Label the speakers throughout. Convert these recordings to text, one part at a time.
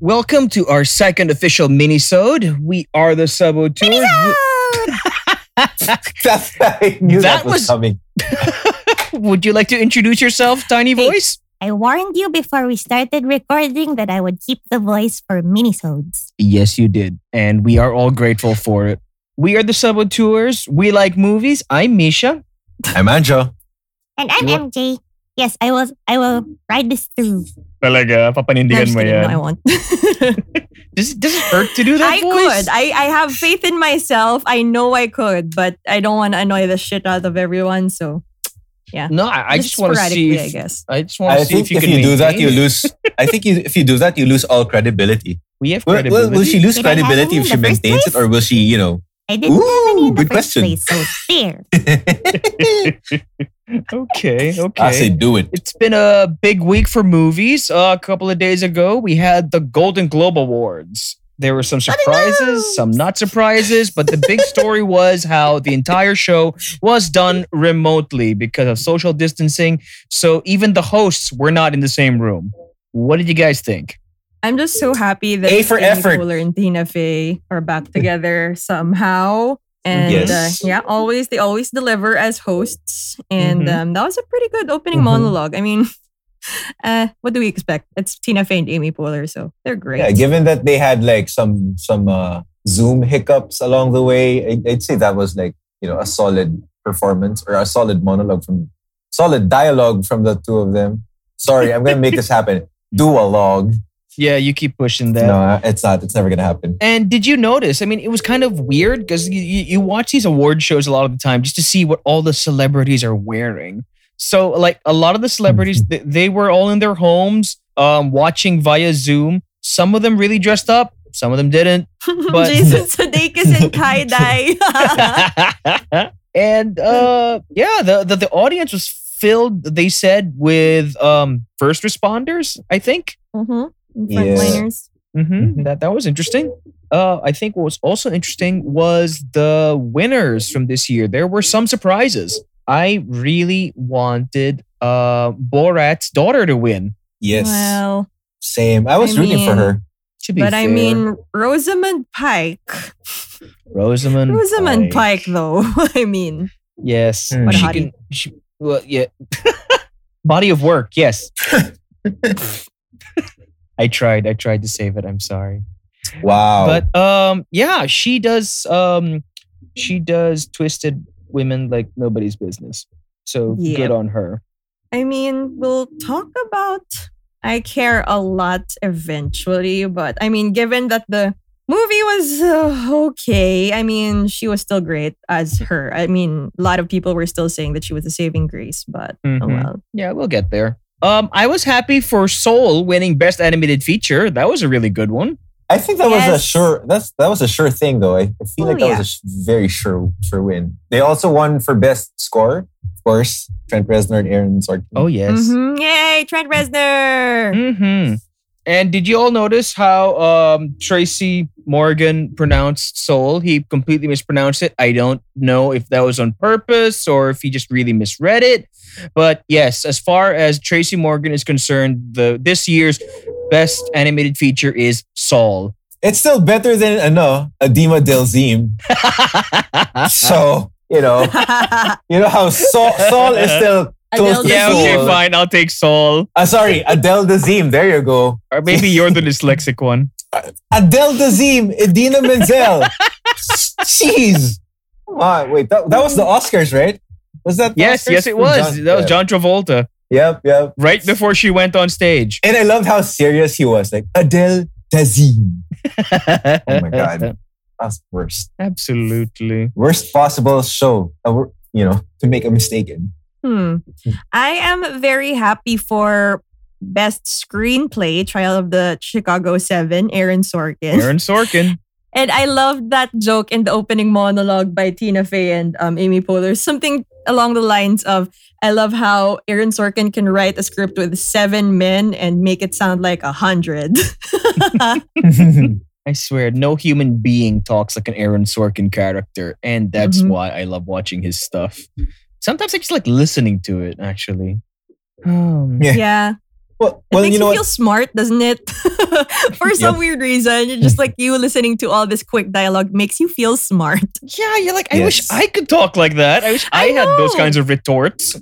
Speaker 1: Welcome to our second official minisode. We are the Sub Tour.
Speaker 2: That's, I knew
Speaker 1: That
Speaker 2: that, was,
Speaker 1: was-
Speaker 2: coming.
Speaker 1: Would you like to introduce yourself, Tiny
Speaker 3: Hey.
Speaker 1: Voice?
Speaker 3: I warned you before we started recording that I would keep the voice for minisodes.
Speaker 1: Yes, you did. And we are all grateful for it. We are the Sub Tours. We like movies. I'm Misha.
Speaker 2: I'm Anjo.
Speaker 3: And I'm
Speaker 1: You
Speaker 3: MJ. Yes, I will I will ride this through.
Speaker 1: Talaga,
Speaker 4: No, I'm
Speaker 1: papanindigan
Speaker 4: just kidding. No, I won't.
Speaker 1: Does, does it hurt to do that
Speaker 4: I
Speaker 1: voice?
Speaker 4: could. I, I have faith in myself. I know I could, but I don't want to annoy the shit out of everyone. So
Speaker 1: No, I, I just want to see.
Speaker 4: sporadically, I
Speaker 1: If,
Speaker 4: guess.
Speaker 1: I just want
Speaker 2: I
Speaker 1: to see
Speaker 2: think
Speaker 1: if you
Speaker 2: if
Speaker 1: can
Speaker 2: you do that,
Speaker 1: maintain
Speaker 2: you
Speaker 1: it.
Speaker 2: lose. I think you, if you do that, you lose all credibility.
Speaker 1: We have
Speaker 2: Will, will, will
Speaker 1: credibility.
Speaker 2: she lose
Speaker 3: Did I have
Speaker 2: credibility
Speaker 3: any
Speaker 2: if
Speaker 3: in
Speaker 2: she
Speaker 3: the first
Speaker 2: maintains it,
Speaker 3: place?
Speaker 2: or will she, you know?
Speaker 3: I didn't have any
Speaker 2: Ooh,
Speaker 3: in the
Speaker 2: good
Speaker 3: first
Speaker 2: question.
Speaker 3: place, so there.
Speaker 1: okay, okay.
Speaker 2: I say do it.
Speaker 1: It's been a big week for movies. Uh, a couple of days ago, we had the Golden Globe Awards. There were some surprises, some not surprises, but the big story was how the entire show was done remotely because of social distancing. So even the hosts were not in the same room. What did you guys think?
Speaker 4: I'm just so happy that
Speaker 2: A for
Speaker 4: Amy
Speaker 2: effort.
Speaker 4: Poehler and Tina Fey are back together somehow. And
Speaker 2: Yes.
Speaker 4: uh, yeah, always they always deliver as hosts. And
Speaker 1: Mhm.
Speaker 4: um, that was a pretty good opening
Speaker 1: Mhm.
Speaker 4: monologue. I mean, uh, what do we expect? It's Tina Fey and Amy Poehler, so they're great.
Speaker 2: Yeah, given that they had like some some uh, Zoom hiccups along the way, I, I'd say that was like you know a solid performance or a solid monologue from solid dialogue from the two of them. Sorry, I'm gonna make this happen. Duologue.
Speaker 1: Yeah, you keep pushing that.
Speaker 2: No, it's not. It's never gonna happen.
Speaker 1: And did you notice? I mean, it was kind of weird because you, you, you watch these award shows a lot of the time just to see what all the celebrities are wearing. So, like, a lot of the celebrities, th- they were all in their homes um, watching via Zoom. Some of them really dressed up, some of them didn't. But-
Speaker 4: Jason Sudeikis and tie dye.
Speaker 1: and uh, yeah, the, the, the audience was filled, they said, with um, first responders, I think.
Speaker 4: mm-hmm.
Speaker 2: Yeah.
Speaker 4: Frontliners.
Speaker 1: Mm-hmm. That that was interesting. Uh, I think what was also interesting was the winners from this year. There were some surprises. I really wanted uh, Borat's daughter to win.
Speaker 2: Yes,
Speaker 4: Well,
Speaker 2: same. I was
Speaker 4: I
Speaker 2: rooting for
Speaker 4: mean-
Speaker 2: her.
Speaker 1: To be
Speaker 4: but I
Speaker 1: fair.
Speaker 4: mean Rosamund Pike.
Speaker 1: Rosamund.
Speaker 4: Rosamund Pike, though. I mean,
Speaker 1: Yes,
Speaker 2: Hmm. What
Speaker 4: a
Speaker 1: she
Speaker 4: hottie.
Speaker 1: can. She, well, yeah. Body of work. Yes. I tried. I tried to save it. I'm sorry.
Speaker 2: Wow.
Speaker 1: But um, yeah, she does um, she does twisted women like nobody's business. So
Speaker 4: Yeah.
Speaker 1: good on her.
Speaker 4: I mean, we'll talk about I Care a Lot eventually, but I mean, given that the movie was uh, okay, I mean, she was still great as her. I mean, a lot of people were still saying that she was a saving grace, but oh
Speaker 1: Mhm.
Speaker 4: well.
Speaker 1: Yeah, we'll get there. Um, I was happy for Soul winning Best Animated Feature. That was a really good one.
Speaker 4: Mm-hmm.
Speaker 2: I think that was
Speaker 4: Yes.
Speaker 2: a sure. That's that was a sure thing, though. I, I feel
Speaker 4: Oh,
Speaker 2: like that
Speaker 4: yeah.
Speaker 2: was a sh- very sure sure win. They also won for best score, of course. Trent Reznor and Aaron Sorkin.
Speaker 1: Oh yes.
Speaker 4: Mhm. Yay, Trent Reznor!
Speaker 1: Mhm. And did you all notice how um, Tracy Morgan pronounced Soul? He completely mispronounced it. I don't know if that was on purpose or if he just really misread it. But yes, as far as Tracy Morgan is concerned, the this year's best animated feature is Soul.
Speaker 2: It's still better than uh, no Adema Delzim. so you know, you know how Saul, Saul is still close
Speaker 4: Adele
Speaker 2: to
Speaker 1: yeah,
Speaker 2: Saul.
Speaker 1: okay, fine. I'll take Soul.
Speaker 2: Uh, sorry, Adele Delzim. There you go.
Speaker 1: Or maybe you're the dyslexic one.
Speaker 2: Adele Delzim, Idina Menzel. Jeez. Come on, wait. That, that was the Oscars, right? Was that? the
Speaker 1: Yes,
Speaker 2: Oscars
Speaker 1: yes, it
Speaker 2: for
Speaker 1: was.
Speaker 2: John-
Speaker 1: That was
Speaker 2: yeah.
Speaker 1: John Travolta
Speaker 2: Yep, yep.
Speaker 1: right before she went on stage.
Speaker 2: And I loved how serious he was. Like Adele Dazim.
Speaker 1: oh
Speaker 2: my God. That's worst.
Speaker 1: Absolutely.
Speaker 2: Worst possible show. uh, wor- You know, to make a mistake in.
Speaker 4: Hmm. I am very happy for best screenplay, Trial of the Chicago Seven, Aaron Sorkin.
Speaker 1: Aaron Sorkin.
Speaker 4: And I loved that joke in the opening monologue by Tina Fey and um, Amy Poehler. Something along the lines of, I love how Aaron Sorkin can write a script with seven men and make it sound like a hundred.
Speaker 1: I swear, no human being talks like an Aaron Sorkin character, and that's
Speaker 4: Mhm.
Speaker 1: why I love watching his stuff. Sometimes I just like listening to it, actually. Um,
Speaker 2: Yeah.
Speaker 4: yeah.
Speaker 2: well,
Speaker 4: It
Speaker 2: well
Speaker 4: makes
Speaker 2: you
Speaker 4: you
Speaker 2: know
Speaker 4: feel
Speaker 2: what?
Speaker 4: smart, doesn't it? for some weird reason, you're just like you listening to all this quick dialogue makes you feel smart.
Speaker 1: Yeah, you're like, I wish
Speaker 2: Yes.
Speaker 1: I could talk like that. I wish I,
Speaker 4: I
Speaker 1: had those
Speaker 4: know.
Speaker 1: kinds of retorts.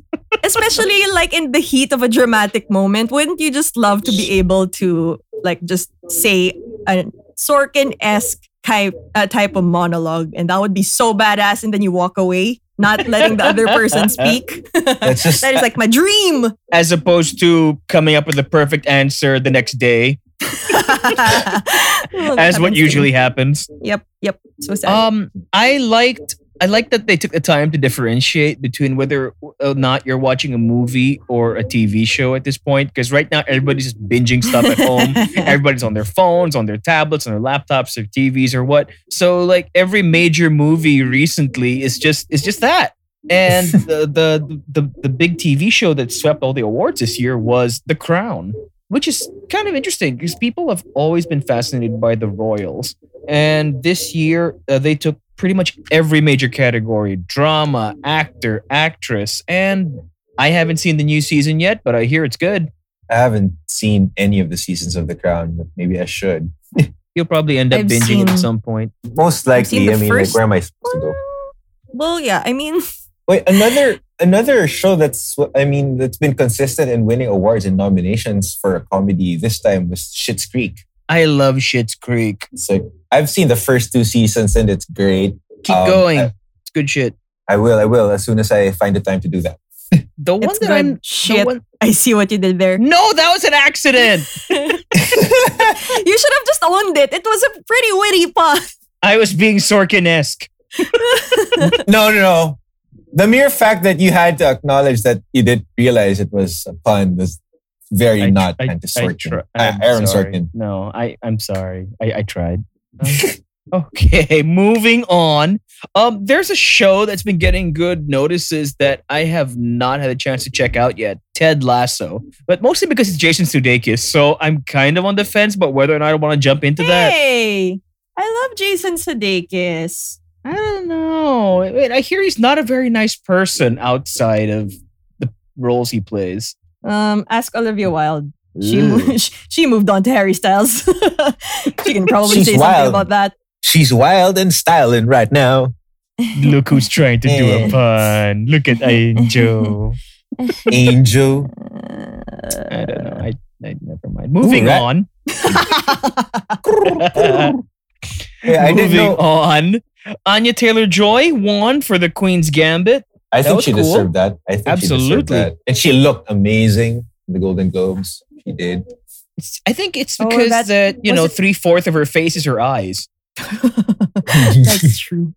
Speaker 4: Especially like in the heat of a dramatic moment, wouldn't you just love to be able to like just say a Sorkin-esque type uh, type of monologue, and that would be so badass. And then you walk away, not letting the other person speak.
Speaker 2: That's just
Speaker 4: that is like my dream.
Speaker 1: As opposed to coming up with the perfect answer the next day,
Speaker 4: Well,
Speaker 1: as what
Speaker 4: heavens
Speaker 1: usually happens.
Speaker 4: sake. Yep, yep. So sad.
Speaker 1: Um, I liked I liked that they took the time to differentiate between whether or not you're watching a movie or a TV show at this point. Because right now everybody's just binging stuff at home. Everybody's on their phones, on their tablets, on their laptops, their TVs, or what. So like every major movie recently is just is just that. And the, the the the big TV show that swept all the awards this year was The Crown, which is kind of interesting because people have always been fascinated by the royals. And this year uh, they took pretty much every major category: drama, actor, actress, and I haven't seen the new season yet, but I hear it's good.
Speaker 2: I haven't seen any of the seasons of The Crown, but maybe I should.
Speaker 1: You'll probably end up
Speaker 4: I've
Speaker 1: binging it
Speaker 4: seen-
Speaker 1: at some point.
Speaker 2: Most
Speaker 4: seen
Speaker 2: likely,
Speaker 4: the
Speaker 2: I mean,
Speaker 4: first
Speaker 2: like, where am I supposed
Speaker 1: Oh.
Speaker 2: to go?
Speaker 4: Well, yeah, I mean,
Speaker 2: Wait, another another show that's I mean that's been consistent in winning awards and nominations for a comedy this time was Schitt's Creek.
Speaker 1: I love Shit's Creek.
Speaker 2: It's like I've seen the first two seasons and it's great.
Speaker 1: Keep
Speaker 2: Um,
Speaker 1: going.
Speaker 2: I-
Speaker 1: it's good shit.
Speaker 2: I will, I will, as soon as I find the time to do that.
Speaker 1: The one
Speaker 4: it's
Speaker 1: that
Speaker 4: good.
Speaker 1: I'm the
Speaker 4: Shit,
Speaker 1: one-
Speaker 4: I see what you did there.
Speaker 1: no, that was an accident.
Speaker 4: You should have just owned it. It was a pretty witty pun.
Speaker 1: I was being Sorkin-esque.
Speaker 2: No, no, no. The mere fact that you had to acknowledge that you did realize it was a pun was very
Speaker 1: I-
Speaker 2: not
Speaker 1: I-
Speaker 2: anti Sorkin. Uh,
Speaker 1: I tr- I'm
Speaker 2: Aaron
Speaker 1: sorry.
Speaker 2: Sorkin.
Speaker 1: No, I, I'm sorry. I, I tried. Um, okay, moving on. Um, there's a show that's been getting good notices that I have not had a chance to check out yet. Ted Lasso, but mostly because it's Jason Sudeikis, so I'm kind of on the fence. But whether or not I want to jump into that,
Speaker 4: Hey, I love Jason Sudeikis.
Speaker 1: I don't know. I mean, I hear he's not a very nice person outside of the roles he plays.
Speaker 4: Um, ask Olivia Wilde. She
Speaker 2: Ooh.
Speaker 4: moved, she moved on to Harry Styles. she can probably
Speaker 2: She's
Speaker 4: say something
Speaker 2: wild.
Speaker 4: about that.
Speaker 2: She's wild and styling right now.
Speaker 1: Look who's trying to do a
Speaker 2: Eh.
Speaker 1: pun. Look at Angel.
Speaker 2: Angel.
Speaker 1: I don't know. I, I never mind. Moving
Speaker 2: that-
Speaker 1: on.
Speaker 2: Yeah, I didn't
Speaker 1: Moving
Speaker 2: know.
Speaker 1: on. Anya Taylor Joy won for the Queen's Gambit.
Speaker 2: I
Speaker 1: That
Speaker 2: think
Speaker 1: was
Speaker 2: she
Speaker 1: cool.
Speaker 2: deserved that. I think she deserved
Speaker 1: Absolutely.
Speaker 2: that. And she looked amazing in the Golden Globes. She did.
Speaker 1: It's, I think it's
Speaker 4: Oh,
Speaker 1: because
Speaker 4: that-
Speaker 1: the you
Speaker 4: was
Speaker 1: know
Speaker 4: it-
Speaker 1: three fourth of her face is her eyes.
Speaker 4: That's true.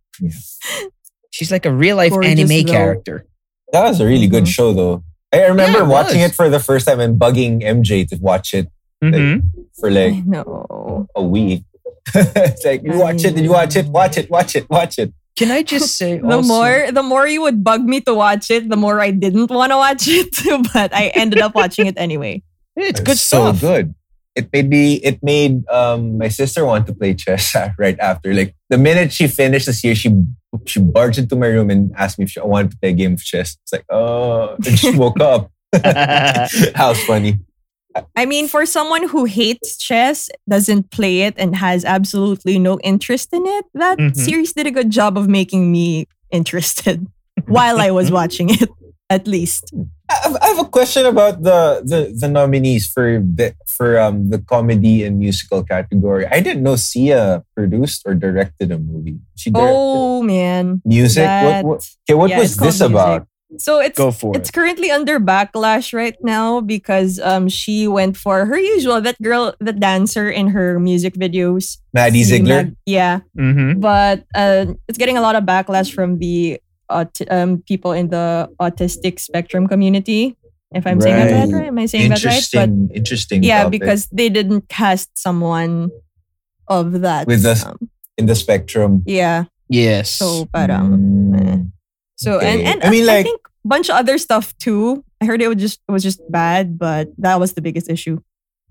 Speaker 1: She's like a real life
Speaker 4: Gorgeous,
Speaker 1: anime
Speaker 4: though.
Speaker 1: character.
Speaker 2: That was a really good
Speaker 4: Mhm.
Speaker 2: show, though. I
Speaker 1: Mm-hmm.
Speaker 2: remember
Speaker 1: Yeah, it
Speaker 2: watching
Speaker 1: was.
Speaker 2: it for the first time and bugging MJ to watch it
Speaker 1: Mhm.
Speaker 2: for like
Speaker 4: I know.
Speaker 2: a week. it's like you watch it, you watch it, watch it, watch it, watch it.
Speaker 1: Can I just say
Speaker 4: The
Speaker 1: also-
Speaker 4: more the more you would bug me to watch it, the more I didn't want to watch it, but I ended up watching it anyway.
Speaker 1: it's
Speaker 2: It
Speaker 1: good
Speaker 2: was so
Speaker 1: stuff.
Speaker 2: good. It made me. It made um, my sister want to play chess right after. Like the minute she finished this year, she she barged into my room and asked me if she, I wanted to play a game of chess. It's like oh, and she woke up. How's funny.
Speaker 4: I mean, for someone who hates chess, doesn't play it, and has absolutely no interest in it, that
Speaker 1: Mhm.
Speaker 4: series did a good job of making me interested while I was watching it, at least.
Speaker 2: I have, I have a question about the, the, the nominees for the for um the comedy and musical category. I didn't know Sia produced or directed a movie. She directed
Speaker 4: Oh man.
Speaker 2: music.
Speaker 4: that-
Speaker 2: What, what, okay, what
Speaker 4: yeah,
Speaker 2: was
Speaker 4: it's called
Speaker 2: this about?
Speaker 4: So it's
Speaker 1: Go for
Speaker 4: it's
Speaker 1: it.
Speaker 4: currently under backlash right now because um she went for her usual that girl the dancer in her music videos.
Speaker 2: Maddie
Speaker 4: See,
Speaker 2: Ziegler.
Speaker 4: Mag- yeah.
Speaker 2: Hmm?
Speaker 1: Mhm.
Speaker 4: but uh, it's getting a lot of backlash from the aut- um, people in the autistic spectrum community. If I'm saying that right,
Speaker 2: Right.
Speaker 4: right? am I saying that right? But
Speaker 2: interesting, interesting.
Speaker 4: yeah,
Speaker 2: topic.
Speaker 4: because they didn't cast someone of that.
Speaker 2: With the-
Speaker 4: um,
Speaker 2: in the spectrum.
Speaker 4: yeah.
Speaker 1: Yes.
Speaker 4: So, but um,
Speaker 2: Mm.
Speaker 4: so and
Speaker 2: okay.
Speaker 4: and
Speaker 2: I mean,
Speaker 4: I
Speaker 2: like-
Speaker 4: think a bunch of other stuff too. I heard it was just it was just bad, but that was the biggest issue.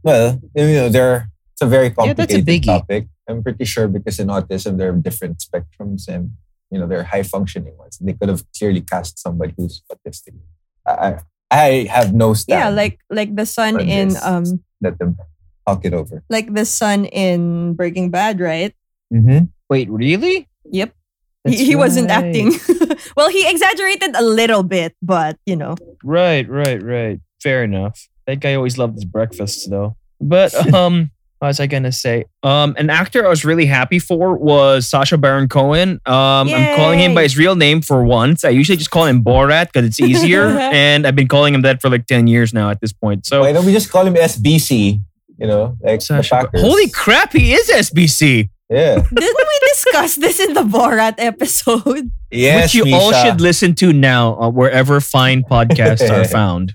Speaker 2: well, you know, there it's a very
Speaker 1: Yeah, that's a
Speaker 2: complicated
Speaker 1: biggie.
Speaker 2: topic. I'm pretty sure because in autism there are different spectrums and you know there are high functioning ones. They could have clearly cast somebody who's autistic. I I I have no
Speaker 4: Yeah,
Speaker 2: stand.
Speaker 4: like like the son
Speaker 2: But
Speaker 4: in
Speaker 2: yes.
Speaker 4: um
Speaker 2: let them talk it over.
Speaker 4: Like the son in Breaking Bad, right?
Speaker 2: Mm-hmm.
Speaker 1: Wait, really?
Speaker 4: Yep.
Speaker 1: That's
Speaker 4: he, he wasn't
Speaker 1: right.
Speaker 4: acting. well, he exaggerated a little bit, but you know.
Speaker 1: Right, right, right. Fair enough. That guy always loved his breakfasts though. But um what was I gonna say? Um an actor I was really happy for was Sasha Baron Cohen. Um I'm calling him by
Speaker 4: Yay.
Speaker 1: his real name for once. I usually just call him Borat because it's easier. and I've been calling him that for like 10 years now at this point. So
Speaker 2: Why don't we just call him SBC? You know, like the
Speaker 1: Sacha Bar-
Speaker 2: Packers.
Speaker 1: Holy crap, he is SBC.
Speaker 2: Yeah.
Speaker 4: Didn't we discuss this in the Borat episode?
Speaker 2: Yes,
Speaker 1: which you all
Speaker 2: Misha.
Speaker 1: should listen to now uh, wherever fine podcasts are found.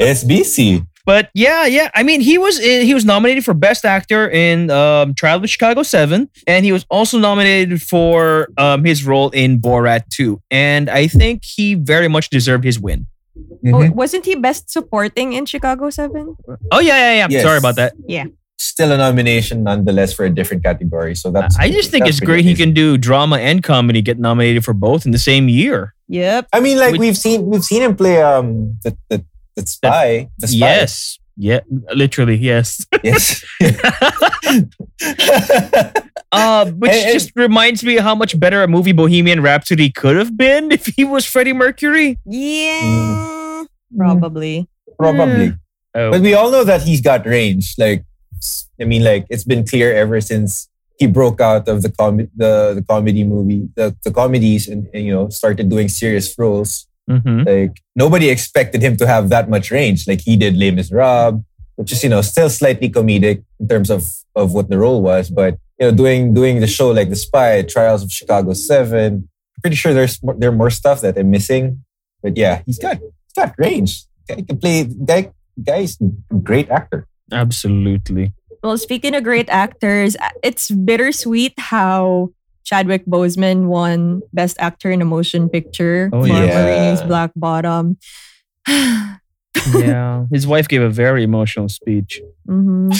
Speaker 2: SBC.
Speaker 1: But yeah, yeah. I mean, he was in, he was nominated for Best Actor in um, Trial of Chicago Seven, and he was also nominated for um, his role in Borat Two. And I think he very much deserved his win.
Speaker 2: Mhm.
Speaker 1: Mm-hmm.
Speaker 4: Oh, wasn't he best supporting in Chicago 7?
Speaker 1: Oh yeah, yeah, yeah.
Speaker 2: Yes.
Speaker 1: Sorry about that.
Speaker 2: Still a nomination nonetheless for a different category. So that's
Speaker 1: I just think
Speaker 2: that's
Speaker 1: it's
Speaker 2: pretty
Speaker 1: great he
Speaker 2: amazing.
Speaker 1: can do drama and comedy, get nominated for both in the same year.
Speaker 4: Yep.
Speaker 2: I mean, like
Speaker 1: Would-
Speaker 2: we've seen we've seen him play um the the, the spy. The spy.
Speaker 1: Yes. Yeah, literally, yes.
Speaker 2: Yes.
Speaker 1: Uh, which
Speaker 2: And- and-
Speaker 1: just reminds me how much better a movie Bohemian Rhapsody could have been if he was Freddie Mercury.
Speaker 4: Yeah.
Speaker 1: Mm.
Speaker 2: Mm-hmm.
Speaker 4: Probably.
Speaker 2: Probably.
Speaker 1: Oh.
Speaker 2: But we all know that he's got range. Like, s- I mean, like it's been clear ever since he broke out of the com- the, the comedy movie, the, the comedies, and, and you know started doing serious roles.
Speaker 1: Mhm.
Speaker 2: Like nobody expected him to have that much range. Like he did Les Miserables, which is you know still slightly comedic in terms of of what the role was, but you know doing doing the show like The Spy, Trials of Chicago Seven. Pretty sure there's more, there are more stuff that I'm missing, but yeah, he's got he's got range. Guy can play. Guy guy's a great actor.
Speaker 1: Absolutely.
Speaker 4: Well, speaking of great actors, uh, it's bittersweet how Chadwick Boseman won Best Actor in a Motion Picture
Speaker 1: Oh,
Speaker 4: for
Speaker 2: yeah.
Speaker 4: Marini's Black Bottom. Mm-hmm.
Speaker 1: Yeah. His wife gave a very emotional speech.
Speaker 4: Mhm.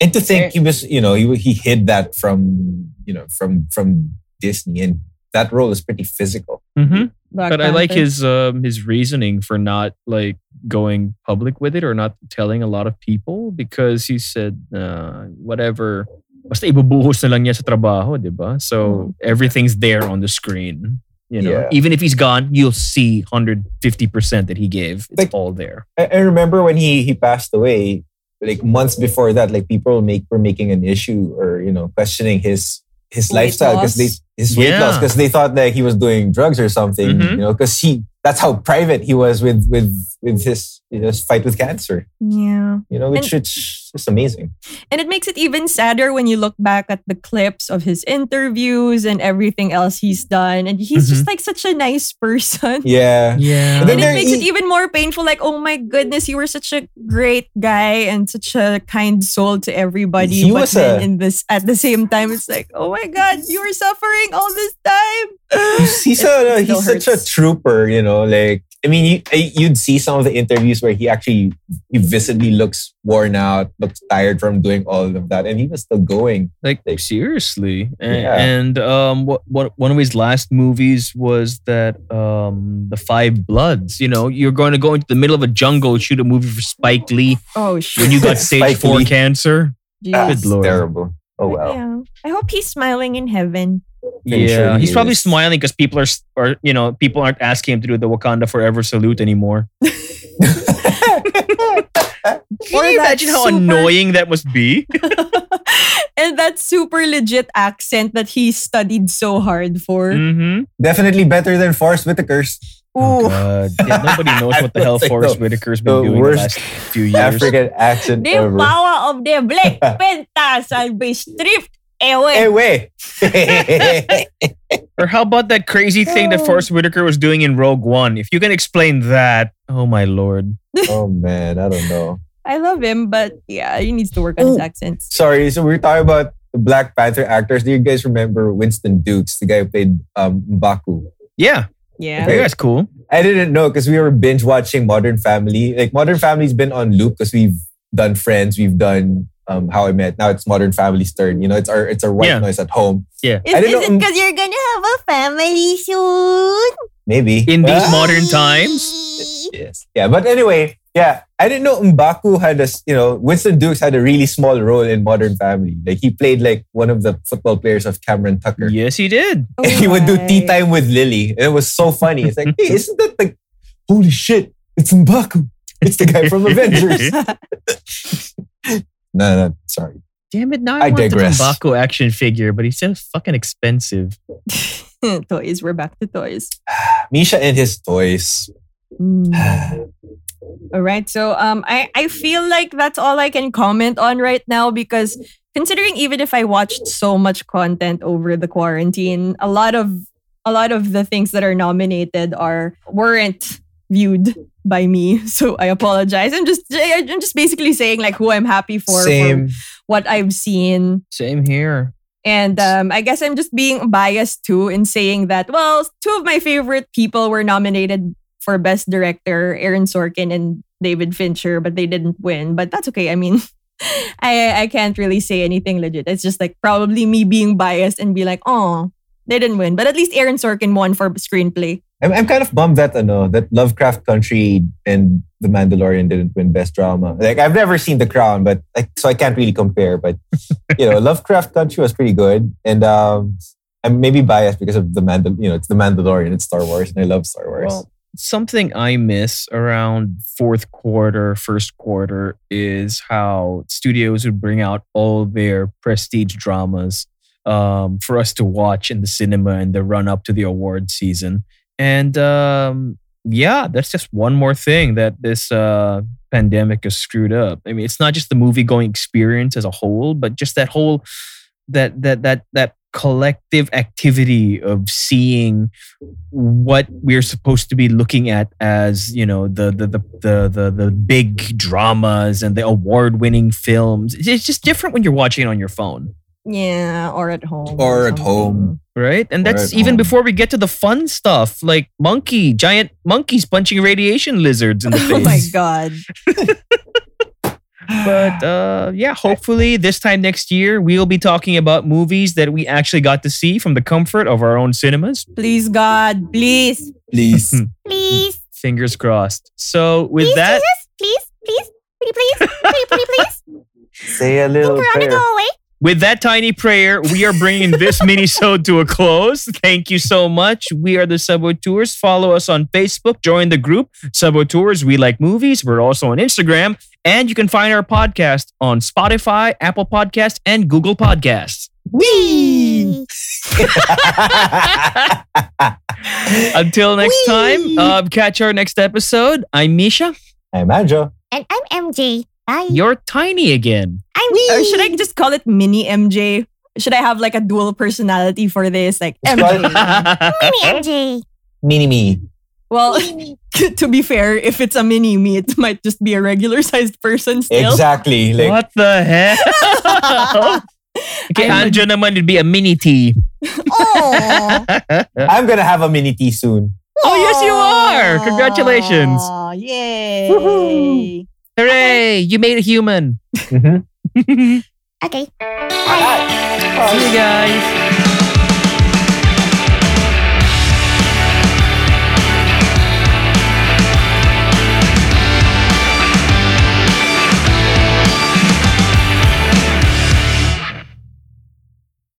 Speaker 2: And to think
Speaker 1: Eh.
Speaker 2: he was, you know, he he hid that from you know from from Disney, and that role is pretty physical.
Speaker 1: Mm-hmm.
Speaker 4: Black
Speaker 1: But I like
Speaker 4: Panther.
Speaker 1: his um, his reasoning for not like going public with it or not telling a lot of people because he said uh, whatever. Basta ibubuhos na lang niya sa trabaho, di ba? So everything's there on the screen. You know,
Speaker 2: Yeah.
Speaker 1: even if he's gone, you'll see 150% that he gave. It's
Speaker 2: Like-
Speaker 1: all there.
Speaker 2: I, I remember when he he passed away, like months before that, like people make were making an issue or you know questioning his his
Speaker 4: Weight
Speaker 2: lifestyle because they
Speaker 4: loss.
Speaker 2: his weight
Speaker 1: Yeah.
Speaker 2: loss because they thought that he was doing drugs or something,
Speaker 1: Mhm.
Speaker 2: you know, because he that's how private he was with with with his you know, his fight with cancer,
Speaker 4: Yeah.
Speaker 2: you know, which
Speaker 4: And-
Speaker 2: which is amazing.
Speaker 4: And it makes it even sadder when you look back at the clips of his interviews and everything else he's done. And he's just like such a nice person.
Speaker 2: Mm-hmm. Yeah,
Speaker 1: Yeah.
Speaker 2: And
Speaker 4: And
Speaker 2: there
Speaker 4: it makes it
Speaker 2: is-
Speaker 4: even more painful. Like, oh my goodness, you were such a great guy and such a kind soul to everybody.
Speaker 2: He
Speaker 4: but
Speaker 2: was
Speaker 4: then
Speaker 2: a-
Speaker 4: in this, at the same time, it's like, oh my god, you were suffering all this time. Oh,
Speaker 2: he's, he's,
Speaker 4: It-
Speaker 2: a,
Speaker 4: it still
Speaker 2: he's such a
Speaker 4: hurts.
Speaker 2: trooper, you know. Like, I mean, you, I- you'd see some of the interviews where he actually he visibly looks worn out, looks tired from doing all of that, and he was still going.
Speaker 1: Like
Speaker 2: Like-
Speaker 1: seriously, and,
Speaker 2: Yeah.
Speaker 1: and um, what, what one of his last movies was that um, the Five Bloods. You know, you're going to go into the middle of a jungle, shoot a movie for Spike Lee
Speaker 4: Oh shit.
Speaker 1: when you got stage
Speaker 2: Spike
Speaker 1: four
Speaker 2: Lee.
Speaker 1: cancer.
Speaker 2: Ah,
Speaker 1: Good
Speaker 2: it's
Speaker 1: lord.
Speaker 2: terrible. Oh wow.
Speaker 4: Yeah. I hope he's smiling in heaven.
Speaker 2: I'm sure
Speaker 1: yeah,
Speaker 2: he
Speaker 1: he's probably
Speaker 2: is.
Speaker 1: smiling because people are, s- are, you know, people aren't asking him to do the Wakanda Forever salute anymore. Can
Speaker 4: Or
Speaker 1: you
Speaker 4: that
Speaker 1: imagine how
Speaker 4: super-
Speaker 1: annoying that must be?
Speaker 4: and that super legit accent that he studied so hard for.
Speaker 1: mm-hmm. Oh,
Speaker 2: Definitely better than Forrest Whitaker's Oh,
Speaker 4: Ooh.
Speaker 1: God. Yeah, nobody knows what the hell
Speaker 2: Like
Speaker 1: Forrest
Speaker 2: the-
Speaker 1: Whitaker's
Speaker 2: the
Speaker 1: been doing the
Speaker 2: worst
Speaker 1: last few years.
Speaker 2: African accent
Speaker 4: The
Speaker 2: ever.
Speaker 4: power of the Black Panther shall be stripped
Speaker 3: Eh,
Speaker 4: away.
Speaker 2: Hey, wait.
Speaker 1: Or how about that crazy thing that
Speaker 4: Oh.
Speaker 1: Forrest Whitaker was doing in Rogue One? If you can explain that, oh my lord.
Speaker 2: oh man, I don't know.
Speaker 4: I love him, but yeah, he needs to work on his
Speaker 2: Oh.
Speaker 4: accents.
Speaker 2: Sorry, so we were talking about the Black Panther actors. Do you guys remember Winston Dukes, the guy who played um, Mbaku?
Speaker 1: Yeah, I
Speaker 4: Yeah.
Speaker 1: think that's cool.
Speaker 2: I didn't know because we were binge watching Modern Family. Like Modern Family's been on loop because we've done Friends, we've done um, How I Met. Now it's Modern Family's turn. You know, it's our it's our white
Speaker 1: Yeah.
Speaker 2: noise at home.
Speaker 4: Is,
Speaker 2: I
Speaker 4: is
Speaker 2: don't know,
Speaker 4: it
Speaker 2: um,
Speaker 4: because you're gonna have a family soon?
Speaker 2: Maybe
Speaker 1: In these
Speaker 2: Ah!
Speaker 1: modern times.
Speaker 2: Yes. Yeah, but anyway, Yeah, I didn't know Mbaku had a s- you know Winston Dukes had a really small role in Modern Family. Like he played like one of the football players of Cameron Tucker.
Speaker 1: Yes, he did.
Speaker 4: Oh
Speaker 2: And he would do tea
Speaker 4: my.
Speaker 2: time with Lily, and it was so funny. It's like, hey, isn't that like holy shit? It's Mbaku. It's the guy from Avengers. no, no, sorry.
Speaker 1: Damn it! Now
Speaker 2: I
Speaker 1: I, want
Speaker 2: digress.
Speaker 1: the Mbaku action figure, but he's so fucking expensive.
Speaker 4: toys. We're back to toys.
Speaker 2: Misha and his toys.
Speaker 4: Mm. All right. So um I, I feel like that's all I can comment on right now because considering even if I watched so much content over the quarantine, a lot of a lot of the things that are nominated are weren't viewed by me. So I apologize. I'm just I'm just basically saying like who I'm happy for,
Speaker 2: Same.
Speaker 4: for what I've seen.
Speaker 1: Same here.
Speaker 4: And um, I guess I'm just being biased too in saying that, well, two of my favorite people were nominated for Best Director, Aaron Sorkin and David Fincher, but they didn't win. But that's okay. I mean, I, I can't really say anything legit. It's just like probably me being biased and be like, oh, they didn't win. But at least Aaron Sorkin won for screenplay.
Speaker 2: I'm, I'm kind of bummed that ano, that Lovecraft Country and The Mandalorian didn't win Best Drama. Like I've never seen The Crown, but like so I can't really compare. But you know, Lovecraft Country was pretty good, and um, I'm maybe biased because of the Mandal. You know, it's The Mandalorian, it's Star Wars, and I love Star Wars.
Speaker 1: Well, something I miss around fourth quarter, first quarter is how studios would bring out all their prestige dramas um, for us to watch in the cinema in the run up to the award season. And um, yeah, that's just one more thing that this uh, pandemic has screwed up. I mean, it's not just the movie going experience as a whole, but just that whole that that that that collective activity of seeing what we're supposed to be looking at as you know the the the the the, the big dramas and the award winning films It's- it's just different when you're watching it on your phone
Speaker 4: Yeah, or at home.
Speaker 2: Or at
Speaker 4: something.
Speaker 2: home.
Speaker 1: right and that's
Speaker 2: Right
Speaker 1: even
Speaker 4: Um,
Speaker 2: on.
Speaker 1: before we get to the fun stuff like monkey giant monkeys punching radiation lizards in the face
Speaker 4: Oh my God.
Speaker 1: but uh, yeah hopefully this time next year we'll be talking about movies that we actually got to see from the comfort of our own cinemas Hmm,
Speaker 4: Please, God, please.
Speaker 2: Please.
Speaker 3: Please,
Speaker 1: fingers crossed so with
Speaker 3: please,
Speaker 1: that
Speaker 3: Jesus, please, please, pretty please, pretty, pretty please.
Speaker 2: Say a little
Speaker 3: Corona,
Speaker 2: prayer.
Speaker 3: go away.
Speaker 1: With that tiny prayer, we are bringing this mini-sode to a close. Thank you so much. We are the Subway-Tours. Follow us on Facebook. Join the group, Subway-Tours. We like movies. We're also on Instagram. And you can find our podcast on Spotify, Apple Podcasts, and Google Podcasts.
Speaker 3: Wee.
Speaker 1: Until next
Speaker 3: Whee!
Speaker 1: time, uh, catch our next episode. I'm Misha.
Speaker 2: I'm Anjo.
Speaker 3: And I'm MJ. Bye.
Speaker 1: You're tiny again.
Speaker 3: I'm
Speaker 4: Or should I just call it mini MJ? Should I have like a dual personality for this? Like
Speaker 2: It's
Speaker 4: MJ.
Speaker 3: Mini MJ.
Speaker 2: Mini me.
Speaker 4: well,
Speaker 3: Mini.
Speaker 4: to be fair, if it's a mini me, it might just be a regular sized person still.
Speaker 2: Exactly. Like
Speaker 1: what the heck? okay,
Speaker 4: I'm a-
Speaker 1: Anjo naman would be a mini T.
Speaker 3: Oh.
Speaker 2: I'm gonna have a mini tea soon.
Speaker 1: Oh, yes, you are. Congratulations.
Speaker 4: Aw, Yay.
Speaker 1: Woohoo. Hooray! You made a human.
Speaker 2: Mhm.
Speaker 3: Okay.
Speaker 1: See you guys.